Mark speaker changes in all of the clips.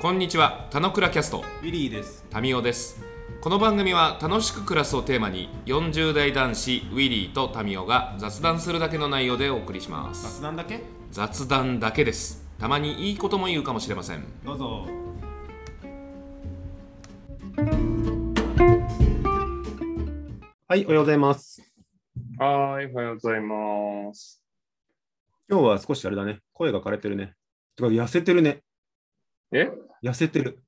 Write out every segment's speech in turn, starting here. Speaker 1: こんにちは、たのくらキャスト、
Speaker 2: ウィリーです。
Speaker 1: タミオです。この番組は楽しく暮らすをテーマに、40代男子ウィリーとタミオが雑談するだけの内容でお送りします。
Speaker 2: 雑談だけ
Speaker 1: 雑談だけです。たまにいいことも言うかもしれません。
Speaker 2: どうぞ。
Speaker 3: はい、おはようございます。
Speaker 4: はーい、おはようございます。
Speaker 3: 今日は少しあれだね。声が枯れてるね。てか、痩せてるね。
Speaker 4: え
Speaker 3: 痩せてる。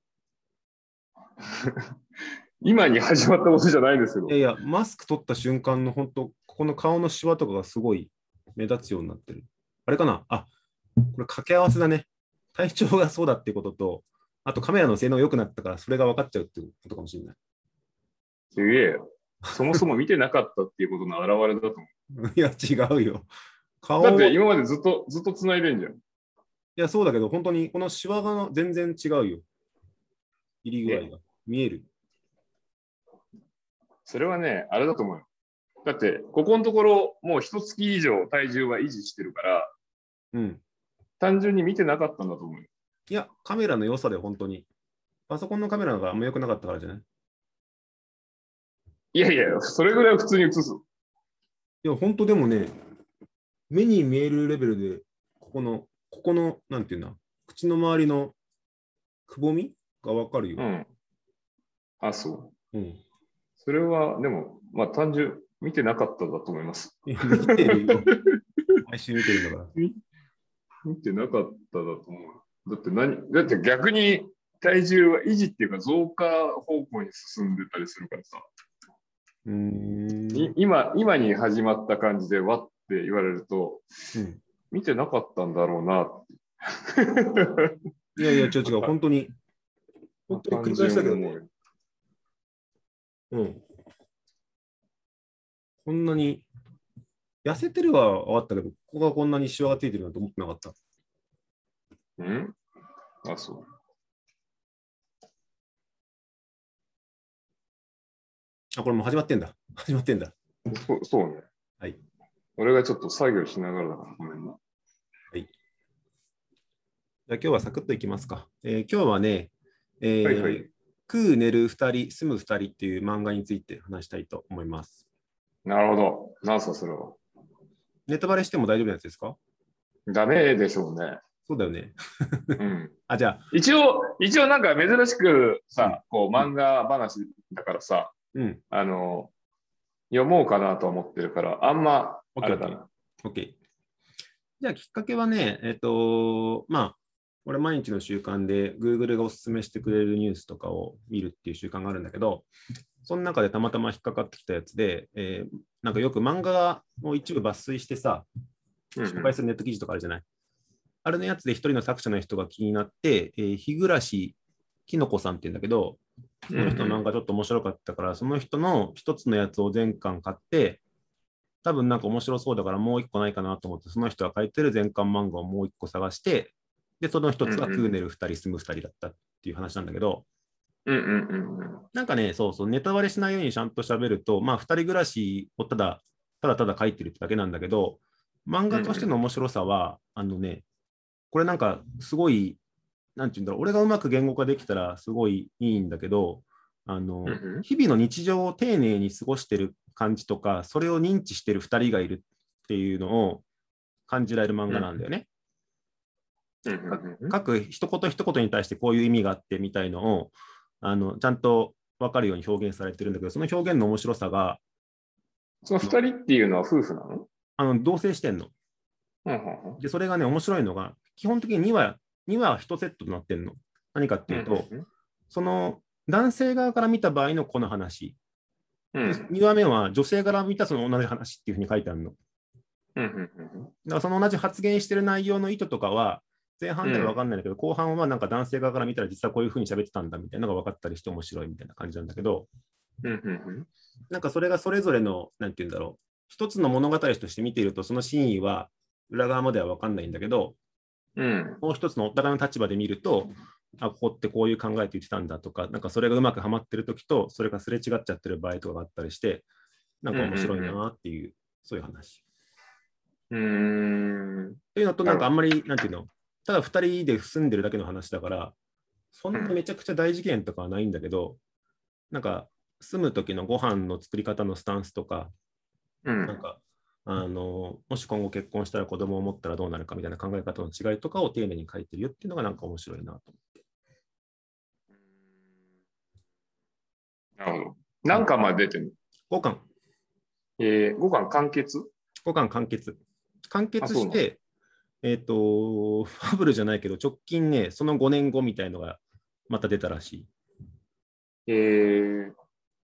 Speaker 4: 今に始まったことじゃないんですけど
Speaker 3: いや、いや、マスク取った瞬間の本当ここの顔のシワとかがすごい目立つようになってる。あれかなあ、これ掛け合わせだね。体調がそうだってことと、あとカメラの性能が良くなったから、それが分かっちゃうってことかもしれない。
Speaker 4: すげえ。そもそも見てなかったっていうことの表れだと思
Speaker 3: い や、違うよ。顔
Speaker 4: う。だっ
Speaker 3: は
Speaker 4: て
Speaker 3: い
Speaker 4: 今までずっと、ずっと繋いでんじゃん。
Speaker 3: や、そうだけど、本当にこのシワが全然違うよ。入り具合が。見える。
Speaker 4: それはね、あれだと思うよ。だって、ここのところ、もう一月以上体重は維持してるから、
Speaker 3: うん。
Speaker 4: 単純に見てなかったんだと思うよ。
Speaker 3: いや、カメラの良さで本当に。パソコンのカメラがあんま良くなかったからじゃない
Speaker 4: いやいや、それぐらいは普通に映す。
Speaker 3: いや、本当でもね、目に見えるレベルで、ここの、ここの、なんていうんだ、口の周りのくぼみがわかる
Speaker 4: う
Speaker 3: よ。
Speaker 4: ん。あ、そう。
Speaker 3: うん。
Speaker 4: それは、でも、まあ単純、見てなかっただと思います。
Speaker 3: いや見てるよ。 毎週見て るんだから。
Speaker 4: 見てなかっただと思う。だって何、だって逆に体重は維持っていうか増加方向に進んでたりするからさ、
Speaker 3: うーん。
Speaker 4: い今、今に始まった感じでわって言われると、
Speaker 3: うん
Speaker 4: 見てなかったんだろうなって。
Speaker 3: いやいや、違う違う、本当に。本当に繰り返したけど ね。うん。こんなに、痩せてるは分かったけど、ここがこんなにシワがついてるなんて思ってなかった。
Speaker 4: うんあ、そう。
Speaker 3: あ、これもう始まってんだ。始まってんだ。
Speaker 4: そうそうね。
Speaker 3: はい。
Speaker 4: 俺がちょっと作業しながらだからごめんな。
Speaker 3: じゃあ今日はサクッといきますか。えー今日はね、えー
Speaker 4: はいはい
Speaker 3: 食う、寝る2人、住む2人っていう漫画について話したいと思います。
Speaker 4: なるほど。なんすか、それは。
Speaker 3: ネタバレしても大丈夫なやつですか
Speaker 4: ダメでしょうね。
Speaker 3: そうだよね。
Speaker 4: うん。
Speaker 3: あ、じゃあ、
Speaker 4: 一応、一応なんか珍しくさ、こう漫画話だからさ、
Speaker 3: うん、
Speaker 4: あの、読もうかなと思ってるから、あんま、
Speaker 3: オッ
Speaker 4: あ
Speaker 3: ケー
Speaker 4: れだな。
Speaker 3: OK。じゃあきっかけはね、えっ、と、まあ、俺毎日の習慣で Google がおすすめしてくれるニュースとかを見るっていう習慣があるんだけど、その中でたまたま引っかかってきたやつで、えーなんかよく漫画を一部抜粋してさ、
Speaker 4: うん
Speaker 3: 紹介するネット記事とかあるじゃない。あれのやつで一人の作者の人が気になって、えー日暮きのこさんって言うんだけど、その人の漫画ちょっと面白かったから、その人の一つのやつを全巻買って、多分なんか面白そうだからもう一個ないかなと思って、その人が書いてる全巻漫画をもう一個探して、で、その一つが
Speaker 4: うんうん
Speaker 3: クーネル二人、住む二人だったっていう話なんだけど、
Speaker 4: うんうんうんうん。
Speaker 3: なんかね、そうそう、ネタバレしないようにちゃんと喋ると、まあ、二人暮らしをただ、ただただ書いてるってだけなんだけど、漫画としての面白さは、あのね、これなんか、すごい、なんていうんだろう、俺がうまく言語化できたら、すごいいいんだけど、あの
Speaker 4: う、ん
Speaker 3: 日々の日常を丁寧に過ごしてる感じとか、それを認知してる二人がいるっていうのを感じられる漫画なんだよね。
Speaker 4: うんうんうん
Speaker 3: 各一言一言に対してこういう意味があってみたいのをあのちゃんと分かるように表現されてるんだけどその表現の面白さが
Speaker 4: その二人っていうのは夫婦なの
Speaker 3: あの同棲してんの
Speaker 4: うんうん
Speaker 3: でそれがね面白いのが基本的に2話2話1セットとなってんの何かっていうと、
Speaker 4: うん
Speaker 3: その男性側から見た場合のこの話、
Speaker 4: うんうん
Speaker 3: 2話目は女性から見たその同じ話っていうふうに書いてあるのだか
Speaker 4: うんうんうん
Speaker 3: らその同じ発言してる内容の意図とかは前半では分かんないんだけど、後半はなんか男性側から見たら実はこういうふうに喋ってたんだみたいなのが分かったりして面白いみたいな感じなんだけど、
Speaker 4: うんうん
Speaker 3: なんかそれがそれぞれの、なんて言うんだろう、一つの物語として見ていると、その真意は裏側までは分かんないんだけど、
Speaker 4: うんうん
Speaker 3: もう一つのお互いの立場で見ると、あ、ここってこういう考えて言ってたんだとか、なんかそれがうまくはまってる時と、それがすれ違っちゃってる場合とかがあったりして、なんか面白いなっていう、そういう話。
Speaker 4: うーん
Speaker 3: というのと、なんかあんまり、なんていうの、ただ2人で住んでるだけの話だから、そんなめちゃくちゃ大事件とかはないんだけど、なんか住む時のご飯の作り方のスタンスとか、
Speaker 1: うん
Speaker 3: なんか、あの、もし今後結婚したら子供を持ったらどうなるかみたいな考え方の違いとかを丁寧に書いてるよっていうのがなんか面白いなと思
Speaker 1: なるほど。何巻まで出てるの
Speaker 3: う。5巻、
Speaker 1: えー、5巻完結
Speaker 3: 5巻完結。完
Speaker 1: あ
Speaker 3: 結
Speaker 1: そうなん
Speaker 3: して、えっ、と、ファブルじゃないけど、直近ね、その5年後みたいのがまた出たらしい。
Speaker 1: えー、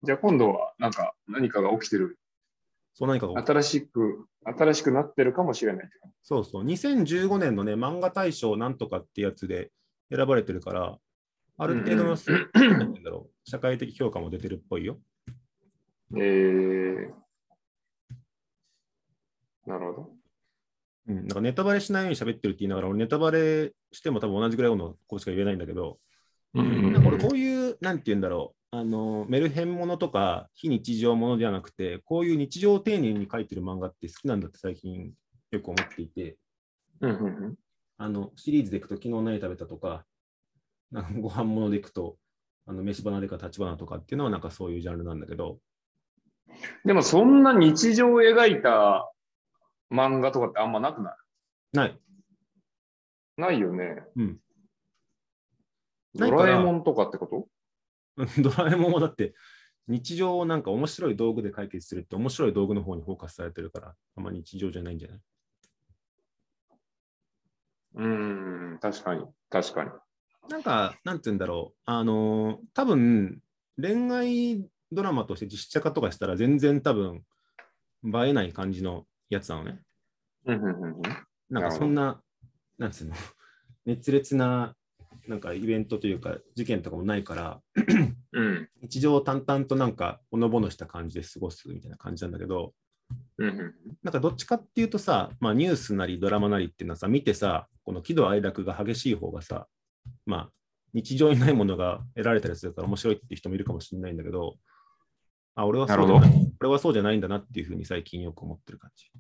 Speaker 1: じゃあ今度はなんか何かが起きてる。
Speaker 3: そう何かが
Speaker 1: 新しく、新しくなってるかもしれないって感
Speaker 3: そうそう、2015年のね、漫画大賞なんとかってやつで選ばれてるから、ある程度のす、なんて言うんだろう、社会的評価も出てるっぽいよ。
Speaker 1: じ。えー、なるほど。
Speaker 3: うん、なんかネタバレしないように喋ってるって言いながら、俺ネタバレしても多分同じぐらいのことしか言えないんだけど、
Speaker 4: うん
Speaker 3: なんか俺こういう、なんて言うんだろう、あの、メルヘンものとか非日常ものではなくて、こういう日常を丁寧に書いてる漫画って好きなんだって最近よく思っていて、
Speaker 1: うんうんうん
Speaker 3: あの、シリーズでいくと、昨日何食べたとか、なんかご飯物でいくと、あの飯花でか立花とかっていうのは、なんかそういうジャンルなんだけど、
Speaker 1: でもそんな日常を描いた漫画とかってあんまなくない
Speaker 3: ない。
Speaker 1: ないよね。
Speaker 3: うんな
Speaker 1: ド
Speaker 3: いから
Speaker 1: ラえもんとかってこと
Speaker 3: うんドラえもんもだって、日常をなんか面白い道具で解決するって、面白い道具の方にフォーカスされてるから、あんま日常じゃないんじゃないう
Speaker 1: ーん、確かに、確かに。
Speaker 3: なんか、なんて言うんだろう、あのー多分恋愛ドラマとして実写化とかしたら、全然多分映えない感じのやつなのね。
Speaker 1: うんうんうんうん
Speaker 3: なんかそんな、なんつうの、 熱烈な、なんかイベントというか、事件とかもないから、
Speaker 1: うん
Speaker 3: 日常を淡々となんか、ほのぼのした感じで過ごすみたいな感じなんだけど、
Speaker 1: うんうん
Speaker 3: なんかどっちかっていうとさ、まあ、ニュースなりドラマなりっていうのはさ、見てさ、この喜怒哀楽が激しい方がさ、まあ、日常にないものが得られたりするから面白いっていう人もいるかもしれないんだけど、あ俺はそうじゃ
Speaker 1: な
Speaker 3: な
Speaker 1: る
Speaker 3: い俺はそうじゃないんだなっていうふうに最近よく思ってる感じ。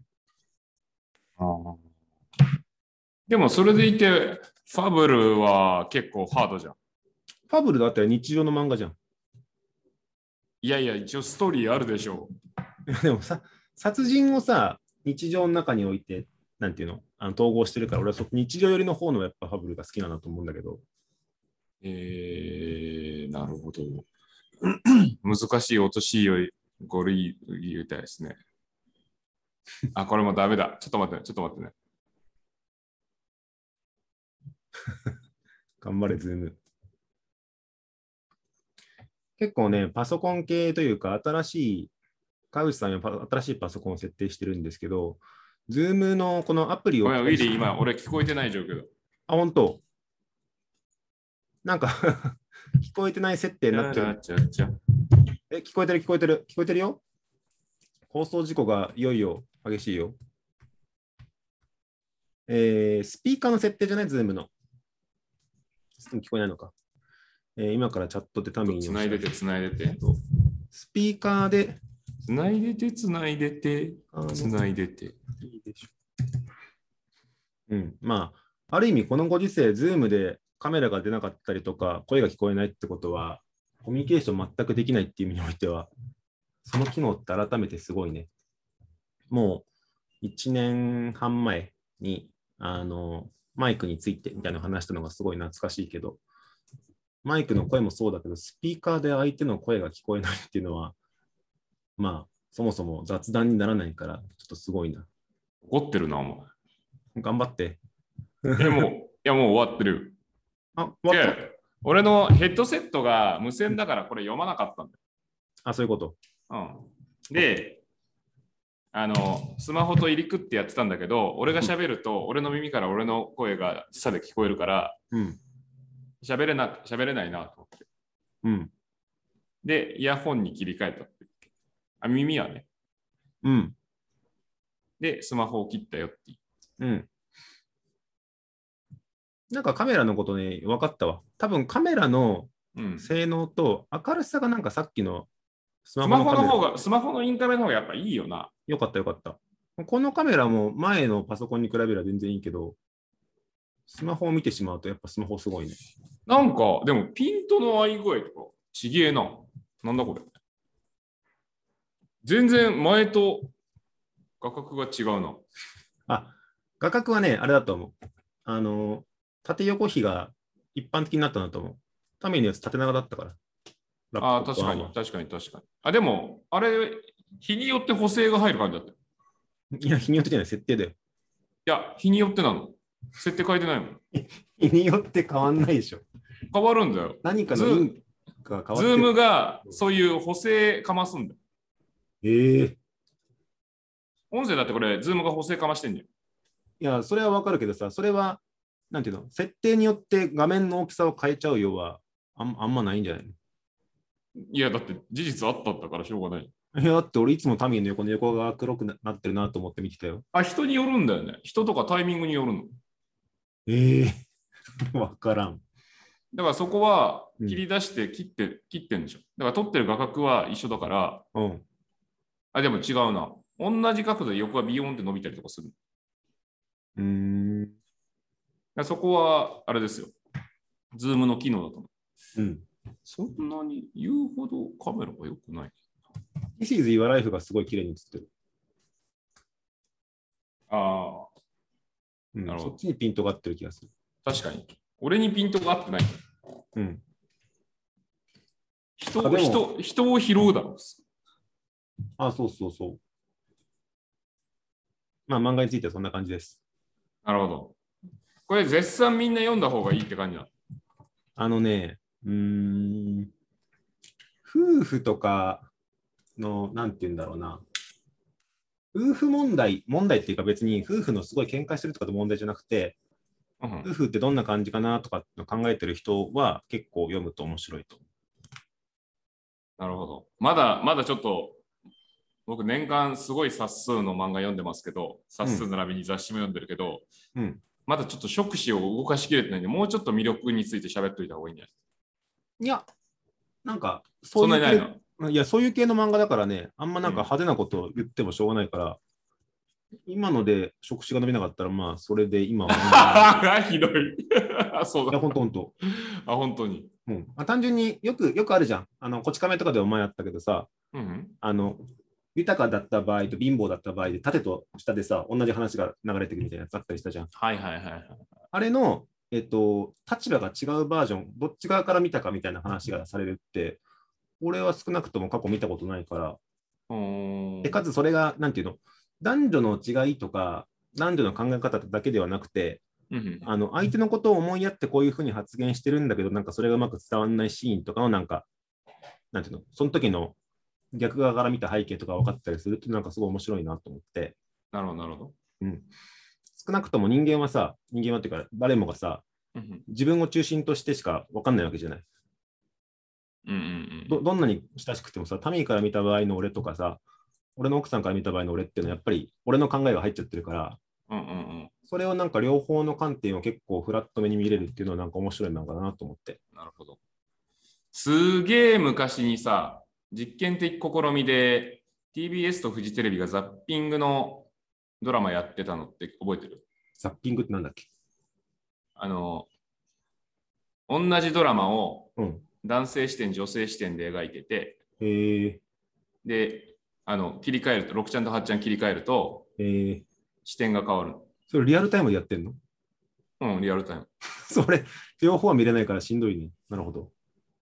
Speaker 4: でもそれでいてファブルは結構ハードじゃん
Speaker 3: ファブルだったら日常の漫画じゃん。
Speaker 4: いやいや一応ストーリーあるでしょ
Speaker 3: でもさ、殺人をさ、日常の中において、なんていうの、あの統合してるから、俺はそ日常寄りの方のやっぱファブルが好きなんだと思うんだけど、
Speaker 4: えー、なるほど 難しい落としよい5類言いたいですねあこれもダメだちょっと待ってねちょっと待ってね
Speaker 3: 頑張れ、ズーム。結構ね、パソコン系というか、新しい、川口さんはパ新しいパソコンを設定してるんですけど、ズームのこのアプリを。
Speaker 4: ごめんウィリー今俺聞こえてない状況だ
Speaker 3: あ、本当なんか、 聞こえてない設定になってる。
Speaker 4: ちゃらちゃちゃ
Speaker 3: え、聞こえてる、聞こえてる、聞こえてるよ。放送事故がいよいよ激しいよ。えースピーカーの設定じゃない、ズームの。聞こえないのか。えー今からチャットでタミーに
Speaker 4: つないでてつないでて
Speaker 3: スピーカーで、
Speaker 4: つないでてつないでて
Speaker 3: あの
Speaker 4: つないでて
Speaker 3: いいでしょうん、まあ、ある意味、このご時世、ズームでカメラが出なかったりとか、声が聞こえないってことは、コミュニケーション全くできないっていう意味においては、その機能って改めてすごいね。もう、1年半前に、あの、マイクについてみたいな話したのがすごい懐かしいけど、マイクの声もそうだけど、スピーカーで相手の声が聞こえないっていうのは、まあ、そもそも雑談にならないから、ちょっとすごいな。
Speaker 4: 怒ってるなお前
Speaker 3: 頑張って。
Speaker 4: え、もう、いや、もう終わってる。
Speaker 3: あ、
Speaker 4: 違
Speaker 3: 終わった
Speaker 4: う俺のヘッドセットが無線だからこれ読まなかったん
Speaker 3: あ、そういうこと。
Speaker 4: だよ。うん、で、あの、スマホと入り組ってやってたんだけど、俺が喋ると、俺の耳から俺の声が時差で聞こえるから、
Speaker 3: うん。
Speaker 4: 喋れな、喋れないなと思って。
Speaker 3: うん。
Speaker 4: で、イヤホンに切り替えたって。あ、耳はね。
Speaker 3: うん。
Speaker 4: で、スマホを切ったよって。
Speaker 3: うん。なんかカメラのことね、分かったわ。多分カメラの
Speaker 4: うん。ス
Speaker 3: 性能と明るさがなんかさっきのスマホ
Speaker 4: マホ
Speaker 3: のカ
Speaker 4: の
Speaker 3: メ
Speaker 4: 方
Speaker 3: ラ。
Speaker 4: が、スマホのインカメの方がやっぱいいよな。
Speaker 3: よかったよかった。このカメラも前のパソコンに比べれば全然いいけど、スマホを見てしまうとやっぱスマホすごいね。
Speaker 4: なんか、でもピントの合い具合とか、ちげえな。なんだこれ。全然前と画角が違うな。
Speaker 3: あ、画角はね、あれだと思う。あの、縦横比が一般的になったなと思う。ためにのやつ縦長だったから。
Speaker 4: あ
Speaker 3: ラ
Speaker 4: あ、
Speaker 3: ップ
Speaker 4: 確
Speaker 3: トップ
Speaker 4: か
Speaker 3: は
Speaker 4: に、確かに、確かに。あ、でも、あれ、日によって補正が入る感じだった。い
Speaker 3: いや、日によってじゃない、設定だよ。
Speaker 4: や、日によってなの。設定変えてないもん。
Speaker 3: 日によって変わんないでしょ。
Speaker 4: 変わるんだよ。
Speaker 3: 何か
Speaker 4: ズ
Speaker 3: の
Speaker 4: ー
Speaker 3: 因果が変わってる。
Speaker 4: ズームがそういう補正かますんだよ。
Speaker 3: ええ
Speaker 4: 音声だってこれ、ズームが補正かましてんじゃん。
Speaker 3: いや、それはわかるけどさ、それは、なんていうの、設定によって画面の大きさを変えちゃうようは、あんあんまないんじゃない
Speaker 4: いや、だって事実あったんだからしょうがない。
Speaker 3: の いや、だって俺いつもタミヤの横の横が黒くななってるなと思って見てたよ。
Speaker 4: あ、人によるんだよね。人とかタイミングによるの。
Speaker 3: ええ わからん。
Speaker 4: だからそこは
Speaker 3: うん
Speaker 4: 切り出して切って、切ってんでしょ。だから撮ってる画角は一緒だから、
Speaker 3: うん。
Speaker 4: あ、でも違うな。同じ角度で横がビヨーンって伸びたりとかする。だか
Speaker 3: うーん。
Speaker 4: らそこは、あれですよ。ズームの機能だと思う。
Speaker 3: うん。
Speaker 4: そんなに言うほどカメラが良くない。
Speaker 3: This is your life がすごい綺麗に映ってる。
Speaker 4: あ
Speaker 3: うん
Speaker 4: なるほど
Speaker 3: そっちにピントが合ってる気がする。
Speaker 4: あ、確かに。俺にピントが合ってない。
Speaker 3: うん。
Speaker 4: 人
Speaker 3: あ
Speaker 4: を
Speaker 3: でも
Speaker 4: 人人を拾うだろう。
Speaker 3: あ、そうそうそう。まあ、漫画についてはそんな感じです。
Speaker 4: なるほど。これ絶賛みんな読んだ方がいいって感じだ。
Speaker 3: あのね、うーん、夫婦とかの、なんて言うんだろうな、夫婦問題、問題っていうか別に夫婦のすごい喧嘩してるとかの問題じゃなくて、
Speaker 4: うん
Speaker 3: 夫婦ってどんな感じかなとかっての考えてる人は結構読むと面白いと。
Speaker 4: なるほど。まだまだちょっと僕年間すごい冊数の漫画読んでますけど、冊数並びに雑誌も読んでるけど、
Speaker 3: うん
Speaker 4: まだちょっと触手を動かしきれてないんで、もうちょっと魅力について喋っといた方がいいんじゃない
Speaker 3: いや、なんか、
Speaker 4: そ
Speaker 3: そ
Speaker 4: んなにないの
Speaker 3: のいや、そういう系の漫画だからね、あんまなんか派手なことを言ってもしょうがないから、今ので職種が伸びなかったら、まあ、それで今は。
Speaker 4: ああ、ひどい。 あそう
Speaker 3: いや、
Speaker 4: だ。
Speaker 3: ほんとほんと。
Speaker 4: あ、本当に。
Speaker 3: うんまあ、単純によく、よくあるじゃん。あの、こち亀とかでお前あったけどさ、
Speaker 4: うんうん、
Speaker 3: あの、豊かだった場合と貧乏だった場合で、縦と下でさ、同じ話が流れてくるみたいなやつあったりしたじゃん。
Speaker 4: はいはいはいはい。
Speaker 3: あれの、えっと、立場が違うバージョン、どっち側から見たかみたいな話がされるって、俺は少なくとも過去見たことないから、
Speaker 4: うーん
Speaker 3: でかつそれが、なんていうの、男女の違いとか、男女の考え方だけではなくて、
Speaker 4: うんうん
Speaker 3: あの相手のことを思いやってこういうふうに発言してるんだけど、なんかそれがうまく伝わらないシーンとかの、なんか、なんていうの、その時の逆側から見た背景とか分かったりするって、なんかすごい面白いなと思って、
Speaker 4: なるほどなるほど。
Speaker 3: 少なくとも人間はさ、人間はっていうか、誰もがさ、
Speaker 4: うんうん
Speaker 3: 自分を中心としてしか分かんないわけじゃない。
Speaker 4: うんうんうん
Speaker 3: どどんなに親しくてもさ、タミーから見た場合の俺とかさ、俺の奥さんから見た場合の俺っていうのは、やっぱり俺の考えが入っちゃってるから、
Speaker 4: うんうんうん
Speaker 3: それをなんか両方の観点を結構フラット目に見れるっていうのはなんか面白い漫画だなと思って。
Speaker 4: なるほど。すげえ昔にさ、実験的試みで TBS とフジテレビがザッピングのドラマやってたのって覚えてる
Speaker 3: ザッピングってなんだっけ
Speaker 4: あの、同じドラマを
Speaker 3: うん。
Speaker 4: 男性視点、女性視点で描いてて、
Speaker 3: えー、
Speaker 4: で、あの、切り替えると、6ちゃんと8ちゃん切り替えると
Speaker 3: えー、
Speaker 4: 視点が変わるの。
Speaker 3: それリアルタイムでやってんの
Speaker 4: うん、リアルタイム。
Speaker 3: それ、両方は見れないからしんどいね。なるほど。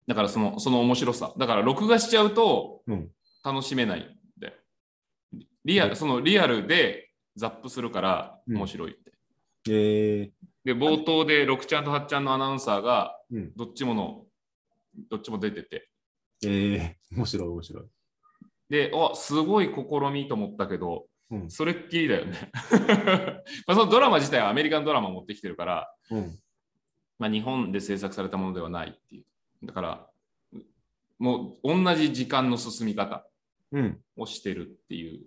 Speaker 4: だからその、その面白さ。だから録画しちゃうと、
Speaker 3: うん。
Speaker 4: 楽しめないんだよ。リアル、そのリアルでザップするから
Speaker 3: うん
Speaker 4: 面白いって。
Speaker 3: えー、
Speaker 4: で、冒頭で6ちゃんと8ちゃんのアナウンサーが
Speaker 3: うん、
Speaker 4: どっちもの、どっちも出てて、
Speaker 3: えー、面白い面白い。
Speaker 4: で、おすごい試みと思ったけど、
Speaker 3: うん。
Speaker 4: それっきりだよね。 まあそのドラマ自体はアメリカンドラマ持ってきてるから、
Speaker 3: うん。
Speaker 4: まあ、日本で制作されたものではないっていう。だから、もう同じ時間の進み方
Speaker 3: うん。
Speaker 4: をしてるっていう。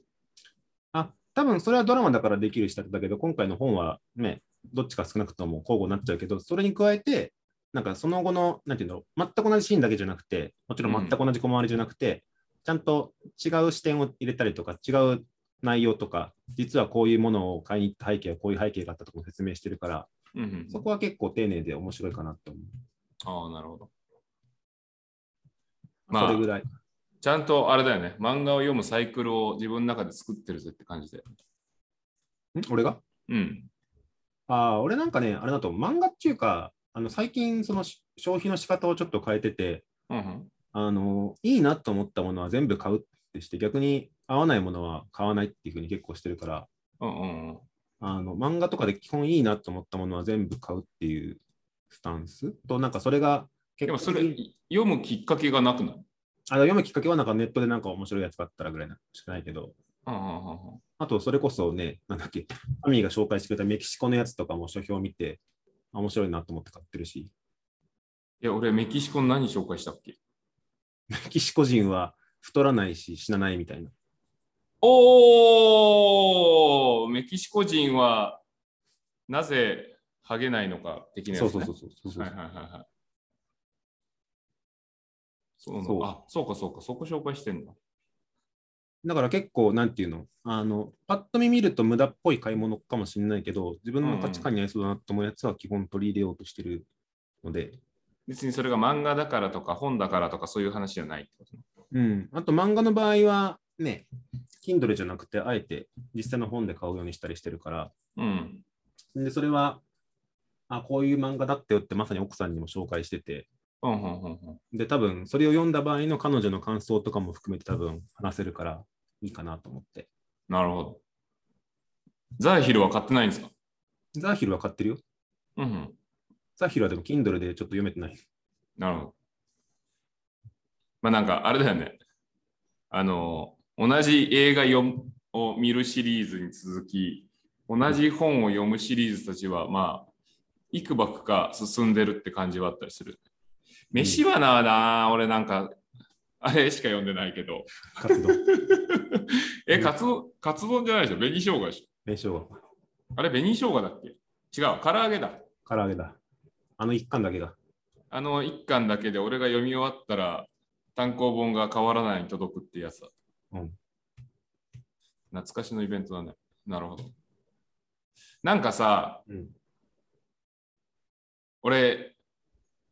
Speaker 3: あ、多分それはドラマだからできる仕立てだけど、今回の本はね、どっちか少なくとも交互になっちゃうけど、それに加えて、なんかその後の、なんていうんだろう、全く同じシーンだけじゃなくて、もちろん全く同じ小回りじゃなくて、ちゃんと違う視点を入れたりとか、違う内容とか、実はこういうものを買いに行った背景はこういう背景があったとかも説明してるから、
Speaker 4: うんうん
Speaker 3: そこは結構丁寧で面白いかなと思う。
Speaker 4: ああ、なるほど。
Speaker 3: そ
Speaker 4: ま
Speaker 3: れぐら
Speaker 4: あ、
Speaker 3: い。
Speaker 4: ちゃんとあれだよね。漫画を読むサイクルを自分の中で作ってるぜって感じで。
Speaker 3: ん俺が
Speaker 4: うん。
Speaker 3: ああ、俺なんかね、あれだと漫画っていうか、あの最近そのし消費の仕方をちょっと変えてて、
Speaker 4: うんうん、
Speaker 3: あのいいなと思ったものは全部買うってして、逆に合わないものは買わないっていうふうに結構してるから、
Speaker 4: うんうんうん。
Speaker 3: あの漫画とかで基本いいなと思ったものは全部買うっていうスタンスと、なんかそれが
Speaker 4: で
Speaker 3: 結
Speaker 4: も
Speaker 3: 構
Speaker 4: それ、読むきっかけがなくない
Speaker 3: あの読むきっかけはなんかネットでなんか面白いやつがあったらぐらいなのしかないけど、
Speaker 4: うんうんうんうん
Speaker 3: あとそれこそね、なんだっけ、アミーが紹介してくれたメキシコのやつとかも書評を見て、あ面白いなと思って買ってるし、
Speaker 4: いや、俺、メキシコの何紹介したっけ
Speaker 3: メキシコ人は太らないし死なないみたいな。
Speaker 4: おーメキシコ人はなぜハゲないのか的なやつ、
Speaker 3: そ
Speaker 4: ね。
Speaker 3: うそうそうそうそうそう、
Speaker 4: はいはいはいはい。そうなの
Speaker 3: そう
Speaker 4: あ、そうかそうか、そこ紹介してんの。
Speaker 3: だから結構、なんていうの、あの、パッと見見ると無駄っぽい買い物かもしれないけど、自分の価値観に合いそうだなと思うやつは基本取り入れようとしてるので、
Speaker 4: 別にそれが漫画だからとか本だからとかそういう話じゃないってことね。
Speaker 3: うん。あと漫画の場合は、ね、Kindle じゃなくて、あえて実際の本で買うようにしたりしてるから、
Speaker 4: うん。
Speaker 3: で、それは、あ、こういう漫画だったよってまさに奥さんにも紹介してて、
Speaker 4: うんうんうんうん。
Speaker 3: で、多分、それを読んだ場合の彼女の感想とかも含めて多分話せるから、いいかなと思って。
Speaker 4: なるほど。ザイヒルは買ってないんですか
Speaker 3: ザーヒルは買ってるよ。
Speaker 4: うんうん。
Speaker 3: ザーヒルはでも Kindle でちょっと読めてない。
Speaker 4: なるほど。まあなんかあれだよね。あの、同じ映画読むを見るシリーズに続き、同じ本を読むシリーズたちは、まあ、幾ばくか進んでるって感じはあったりする。飯はなあな、俺なんか、あれしか読んでないけど。
Speaker 3: 活動。
Speaker 4: え、カツオ、カツ丼じゃないでしょ紅生姜でし
Speaker 3: 名称は
Speaker 4: ょあれ、紅生姜だっけ違う、唐揚げだ。
Speaker 3: 唐揚げだ。あの一巻だけが。
Speaker 4: あの一巻だけで俺が読み終わったら単行本が変わらないに届くってやつだ。
Speaker 3: うん
Speaker 4: 懐かしのイベントだね。なるほど。なんかさ、
Speaker 3: うん
Speaker 4: 俺、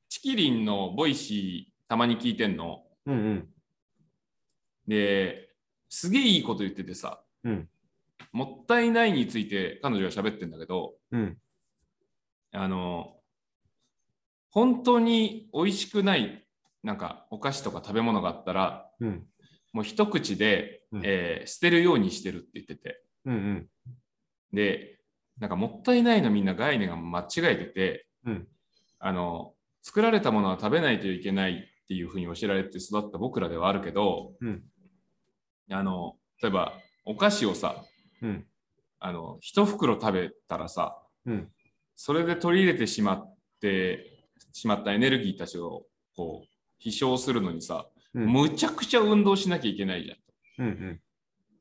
Speaker 4: チキリンのボイシーたまに聞いてんの。
Speaker 3: うんうん。
Speaker 4: で、すげえいいこと言っててさ、
Speaker 3: うん
Speaker 4: もったいないについて彼女が喋ってんだけど、
Speaker 3: うん。
Speaker 4: あの、本当に美味しくない、なんかお菓子とか食べ物があったら、
Speaker 3: うん。
Speaker 4: もう一口で、
Speaker 3: うん
Speaker 4: えー捨てるようにしてるって言ってて。
Speaker 3: うんうん。
Speaker 4: で、なんかもったいないのみんな概念が間違えてて、
Speaker 3: うん
Speaker 4: あの、作られたものは食べないといけないっていうふうに教えられて育った僕らではあるけど、
Speaker 3: うん
Speaker 4: あの、例えばお菓子をさ、
Speaker 3: うん。
Speaker 4: あの、一袋食べたらさ、
Speaker 3: うん
Speaker 4: それで取り入れてしまって、しまったエネルギーたちをこう、飛翔するのにさ、
Speaker 3: うん
Speaker 4: むちゃくちゃ運動しなきゃいけないじゃん。
Speaker 3: うんうん。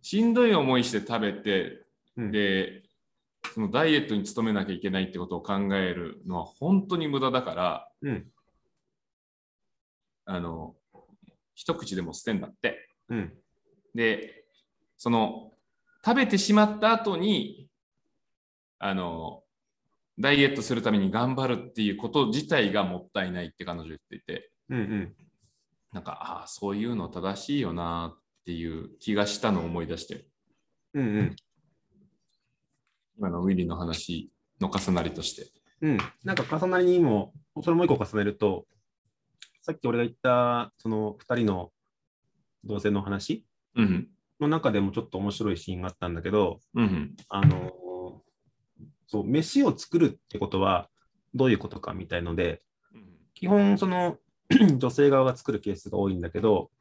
Speaker 4: しんどい思いして食べて、
Speaker 3: うん
Speaker 4: で、そのダイエットに努めなきゃいけないってことを考えるのは本当に無駄だから、
Speaker 3: うん
Speaker 4: あの、一口でも捨てんだって。
Speaker 3: うん。
Speaker 4: で、その、食べてしまった後に、あの、ダイエットするために頑張るっていうこと自体がもったいないって彼女言っていて、
Speaker 3: うんうん。
Speaker 4: なんか、ああ、そういうの正しいよなっていう気がしたのを思い出して。
Speaker 3: うんうん。
Speaker 4: 今のウィリーの話の重なりとして。
Speaker 3: うん、なんか重なりにも、それもう一個重ねると、さっき俺が言った、その2人の同性の話
Speaker 4: うん。
Speaker 3: の中でもちょっと面白いシーンがあったんだけど、
Speaker 4: うん。
Speaker 3: あのそう、飯を作るってことはどういうことかみたいので、基本、その 女性側が作るケースが多いんだけど、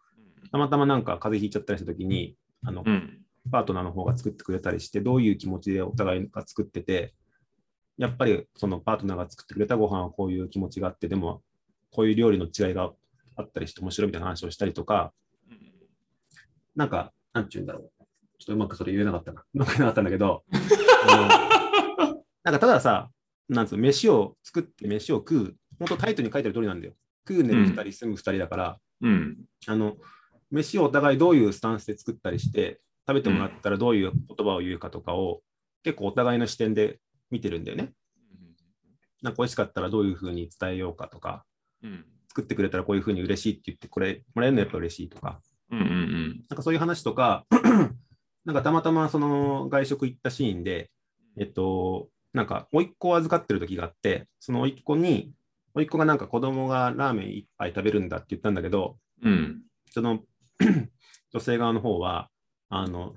Speaker 3: たまたまなんか風邪ひいちゃったりしたときに、あの
Speaker 4: うん。
Speaker 3: パートナーの方が作ってくれたりして、どういう気持ちでお互いが作ってて、やっぱりそのパートナーが作ってくれたご飯はこういう気持ちがあって、でもこういう料理の違いがあったりして面白いみたいな話をしたりとか、なんか、なんて言うんだろう。ちょっとうまくそれ言えなかったな。うまく言えなかったんだけど、あのなんかたださ、なんつうの、飯を作って飯を食う、本当タイトルに書いてる通りなんだよ。食う、寝る2人、住む2人だから、
Speaker 4: うん。
Speaker 3: あの、飯をお互いどういうスタンスで作ったりして、食べてもらったらどういう言葉を言うかとかを、結構お互いの視点で見てるんだよね。なんか美味しかったらどういうふうに伝えようかとか、
Speaker 4: うん。
Speaker 3: 作ってくれたらこういうふうに嬉しいって言ってこれもらえるのやっぱ嬉しいとか、
Speaker 4: うんうん
Speaker 3: なんかそういう話とか、 なんかたまたまその外食行ったシーンで、えっと、なんか甥っ子を預かってる時があって、その甥っ子に、甥っ子がなんか子供がラーメン一杯食べるんだって言ったんだけど、
Speaker 4: うん。うん。
Speaker 3: その 女性側の方は、あの、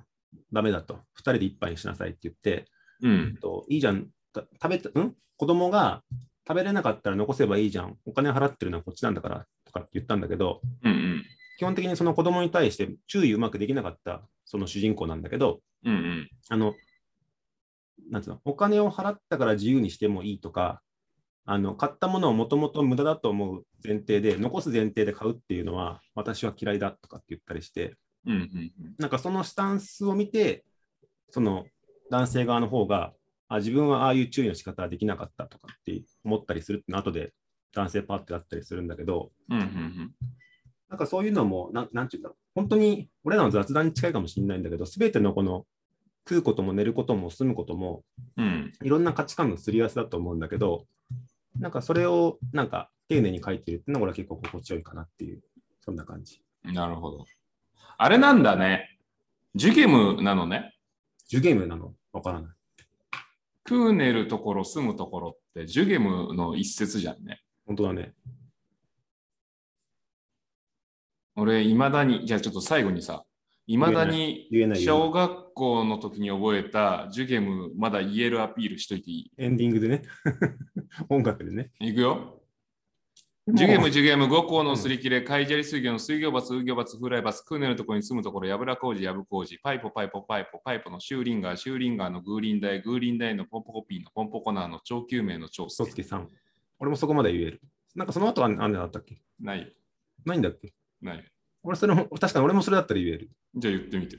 Speaker 3: ダメだと、2人で一杯にしなさいって言って、
Speaker 4: うん
Speaker 3: えっ。といいじゃん、た食べた、ん子供が食べれなかったら残せばいいじゃん、お金払ってるのはこっちなんだからとかって言ったんだけど、
Speaker 4: うんうん。
Speaker 3: 基本的にその子供に対して注意うまくできなかったその主人公なんだけど、
Speaker 4: うんうん。
Speaker 3: あの、なんつうの、お金を払ったから自由にしてもいいとか、あの買ったものをもともと無駄だと思う前提で、残す前提で買うっていうのは、私は嫌いだとかって言ったりして、
Speaker 4: うんうんうん。
Speaker 3: なんかそのスタンスを見て、その男性側の方が、あ自分はああいう注意の仕方はできなかったとかって思ったりするってのは後で男性パーってだったりするんだけど、
Speaker 4: うんうん
Speaker 3: なんかそういうのも、なんなんていうんだろう、本当に俺らの雑談に近いかもしれないんだけど、すべてのこの食うことも寝ることも住むことも、
Speaker 4: うん。うん。
Speaker 3: いろんな価値観のすり合わせだと思うんだけど、なんかそれをなんか丁寧に書いてるっていうのが俺は結構心地よいかなっていう、そんな感じ。
Speaker 4: なるほど。あれなんだね。ジュゲムなのね。
Speaker 3: ジュゲームなのわからない。
Speaker 4: クーネルところ住むところってジュゲムの一節じゃんね。
Speaker 3: 本当だね。
Speaker 4: 俺、いまだに、じゃあちょっと最後にさ、いまだに
Speaker 3: 言えない言えない
Speaker 4: 小学校の時に覚えたジュゲムまだ言えるアピールしといてい
Speaker 3: エンディングでね。 音楽でね。
Speaker 4: いいくよ。ジュゲム、
Speaker 3: もう
Speaker 4: ジュゲム、五行のすり切れ、カイジャリ水魚の水魚バス、ウギョバス、フライバス、クーネルところに住むところ、やぶら工事、やぶ工事、パイポ、パイポ、パイポ、パイポのシューリンガー、シューリンガーのグーリンダイ、グーリンダイのポンポコピーのポンポコナーの超救命の超
Speaker 3: 嘘つきさん。俺もそこまで言える。なんかその後はあんあんなだったっけ
Speaker 4: ない、
Speaker 3: ないんだっけ
Speaker 4: ない。
Speaker 3: 俺それも、確かに俺もそれだったら言える。
Speaker 4: じゃあ言ってみて。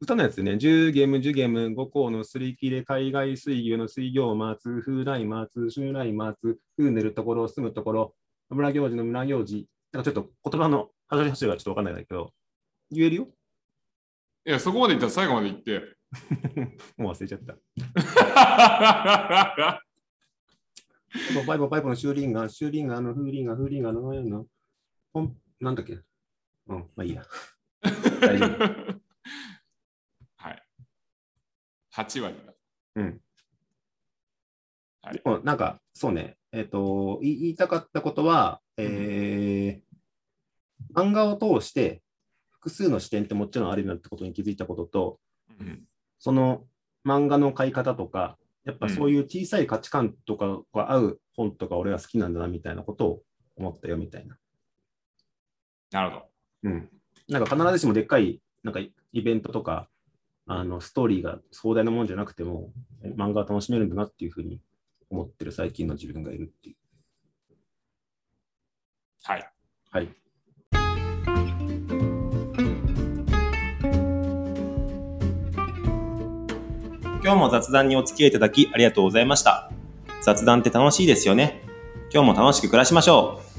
Speaker 3: 歌のやつね、10ゲーム、10ゲーム、5校のすり切れ、海外水魚の水魚を待つ、風来待つ、春来待つ、風寝るところ、住むところ、村行事の村行事、なんかちょっと言葉の端々がちょっとわかんないんだけど、言えるよ
Speaker 4: いや、そこまで言ったら最後まで言って。
Speaker 3: もう忘れちゃった。パイポパイポのシューリンガー、シューリンガーの風鈴が風鈴がのような、ほん、なんだっけうん、まあいいや。大丈夫。
Speaker 4: はい。8割だ。
Speaker 3: うん。
Speaker 4: はい。
Speaker 3: うんなんか、そうね、えっ、と、い言いたかったことは、えー漫画を通して複数の視点ってもちろんあるなってことに気づいたことと、
Speaker 4: うん
Speaker 3: その漫画の買い方とか、やっぱそういう小さい価値観とかが合う本とか俺は好きなんだなみたいなことを思ったよみたいな。
Speaker 4: なるほど。
Speaker 3: うん。なんか必ずしもでっかい、なんかイベントとか、あの、ストーリーが壮大なもんじゃなくても、漫画は楽しめるんだなっていうふうに思ってる最近の自分がいるっていう。
Speaker 4: はい。
Speaker 3: はい。今日も雑談にお付き合いいただきありがとうございました。雑談って楽しいですよね。今日も楽しく暮らしましょう。